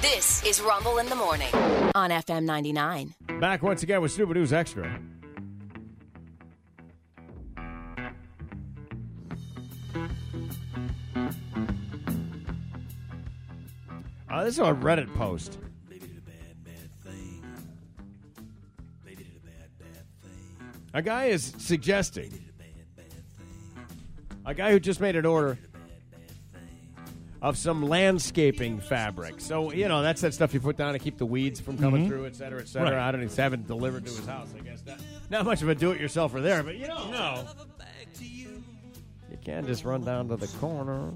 This is Rumble in the Morning on FM 99. Back once again with Stupid News Extra. Uh, this is a Reddit post. Lady did a bad, bad thing. Lady did a bad, bad thing. A guy is suggesting, Did a bad, bad thing. a guy who just made an order of some landscaping fabric. So, you know, that's that stuff you put down to keep the weeds from coming through, et cetera, et cetera. Mm-hmm. Right. I don't even have it delivered to his house, I guess. Not, not much of a do it yourselfer there, but you know. No. You can't just run down to the corner.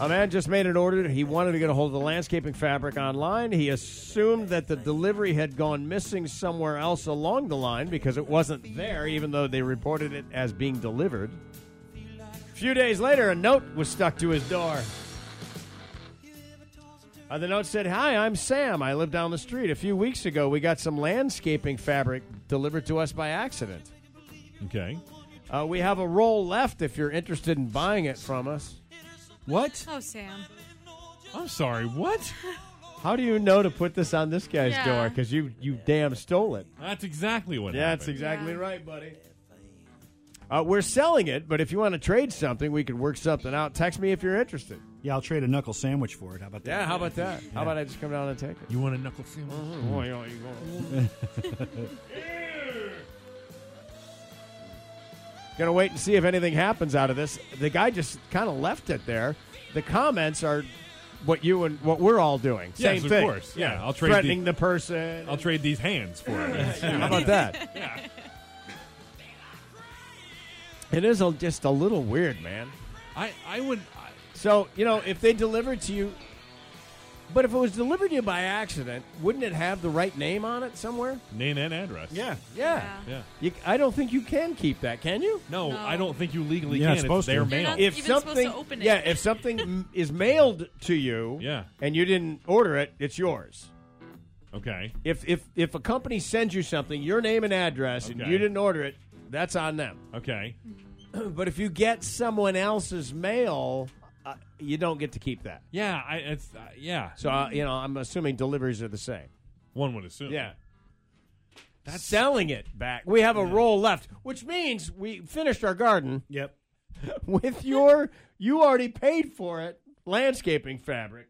A man just made an order. He wanted to get a hold of the landscaping fabric online. He assumed that the delivery had gone missing somewhere else along the line because it wasn't there, even though they reported it as being delivered. A few days later, a note was stuck to his door. Uh, the note said, Hi, I'm Sam. I live down the street. A few weeks ago, we got some landscaping fabric delivered to us by accident. Okay. Uh, we have a roll left if you're interested in buying it from us. What? Oh, Sam. I'm sorry. What? How do you know to put this on this guy's Yeah. door? Because you, you damn stole it. That's exactly what Yeah, that's happened. exactly Yeah. right, buddy. Uh, we're selling it, but if you want to trade something, we could work something out. Text me if you're interested. Yeah, I'll trade a knuckle sandwich for it. How about that? Yeah, how about that? How about I just come down and take it? Hmm. You want a knuckle sandwich? Gonna wait and see if anything happens out of this. The guy just kind of left it there. The comments are what you and what we're all doing. Same Yes, of thing. course. Yeah, I'll trade threatening the- the, person. I'll trade these hands for it. How about that? yeah. It is a, just a little weird, man. I, I would. I, So you know, if they deliver it to you, but if it was delivered to you by accident, wouldn't it have the right name on it somewhere? name and address. Yeah. Yeah. Yeah. You, I don't think you can keep that, can you? No, No. I don't think you legally You're not can. supposed to. it's their You're mail. not- if even supposed something, to open it. yeah, if something m- is mailed to you, Yeah. and you didn't order it, it's yours. okay. If if if a company sends you something, your name and address, and Okay. you didn't order it, that's on them. Okay. But if you get someone else's mail, uh, you don't get to keep that. Yeah. I. It's. Uh, yeah. So uh, you know, I'm assuming deliveries are the same. One would assume. Yeah. That's selling it back. We have a roll left, which means we finished our garden Yep. with your you already paid for it landscaping fabric.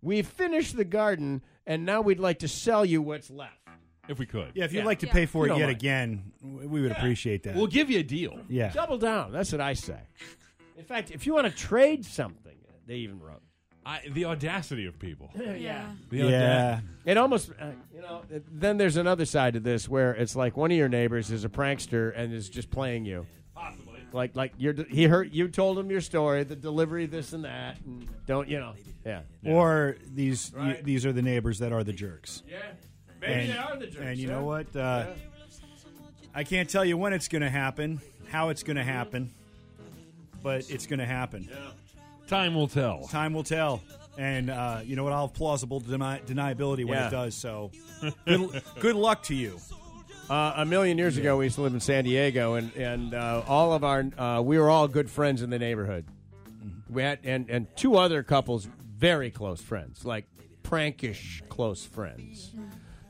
We finished the garden and now we'd like to sell you what's left. If we could. Yeah, if you'd Yeah. like to Yeah. pay for You it don't yet mind. again, w- we would appreciate that. We'll give you a deal. yeah. Double down. That's what I say. In fact, if you want to trade something, they even wrote. I, the audacity of people. Yeah. The Yeah. It almost, uh, you know, it- then there's another side to this where it's like one of your neighbors is a prankster and is just playing you. Possibly. Like, like you're, he heard, you told him your story, the delivery, this and that, and don't, you know, yeah. Or these you- Right. these are the neighbors that are the jerks. Yeah. and, and you know what? Uh, I can't tell you when it's going to happen, how it's going to happen, but it's going to happen. Time will tell. Time will tell. And uh, you know what? I'll have plausible deni- deniability when Yeah. it does. So good, good luck to you. Uh, a million years ago, we used to live in San Diego, and and uh, all of our uh, we were all good friends in the neighborhood. We had and and two other couples, very close friends, like prankish close friends.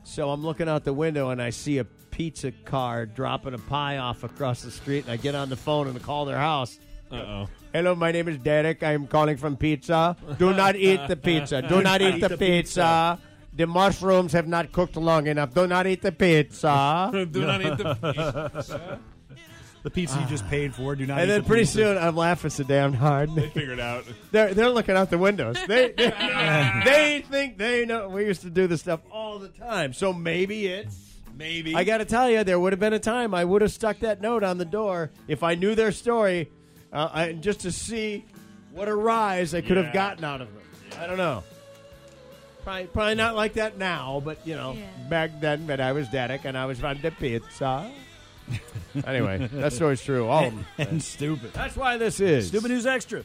So I'm looking out the window and I see a pizza car dropping a pie off across the street, and I get on the phone and call their house. Uh oh. Hello, my name is Derek. I'm calling from pizza. Do not eat the pizza. Do not eat the pizza. The mushrooms have not cooked long enough. Do not eat the pizza. Do not eat the. The pizza you just paid for. Do not. And eat then the pretty pizza. soon, I'm laughing so damn hard. Figure it out. They're, they're looking out the windows. They, they, they think they know. We used to do this stuff all the time. So maybe it's. Maybe. I got to tell you, there would have been a time I would have stuck that note on the door if I knew their story, uh, I, just to see what a rise I could Yeah. have gotten out of them. I don't know. Probably, probably not like that now, but you know, Yeah. back then, but I was Derek and I was from the pizza. anyway, that story's true. All of them. and stupid. That's why this is Stupid News Extra.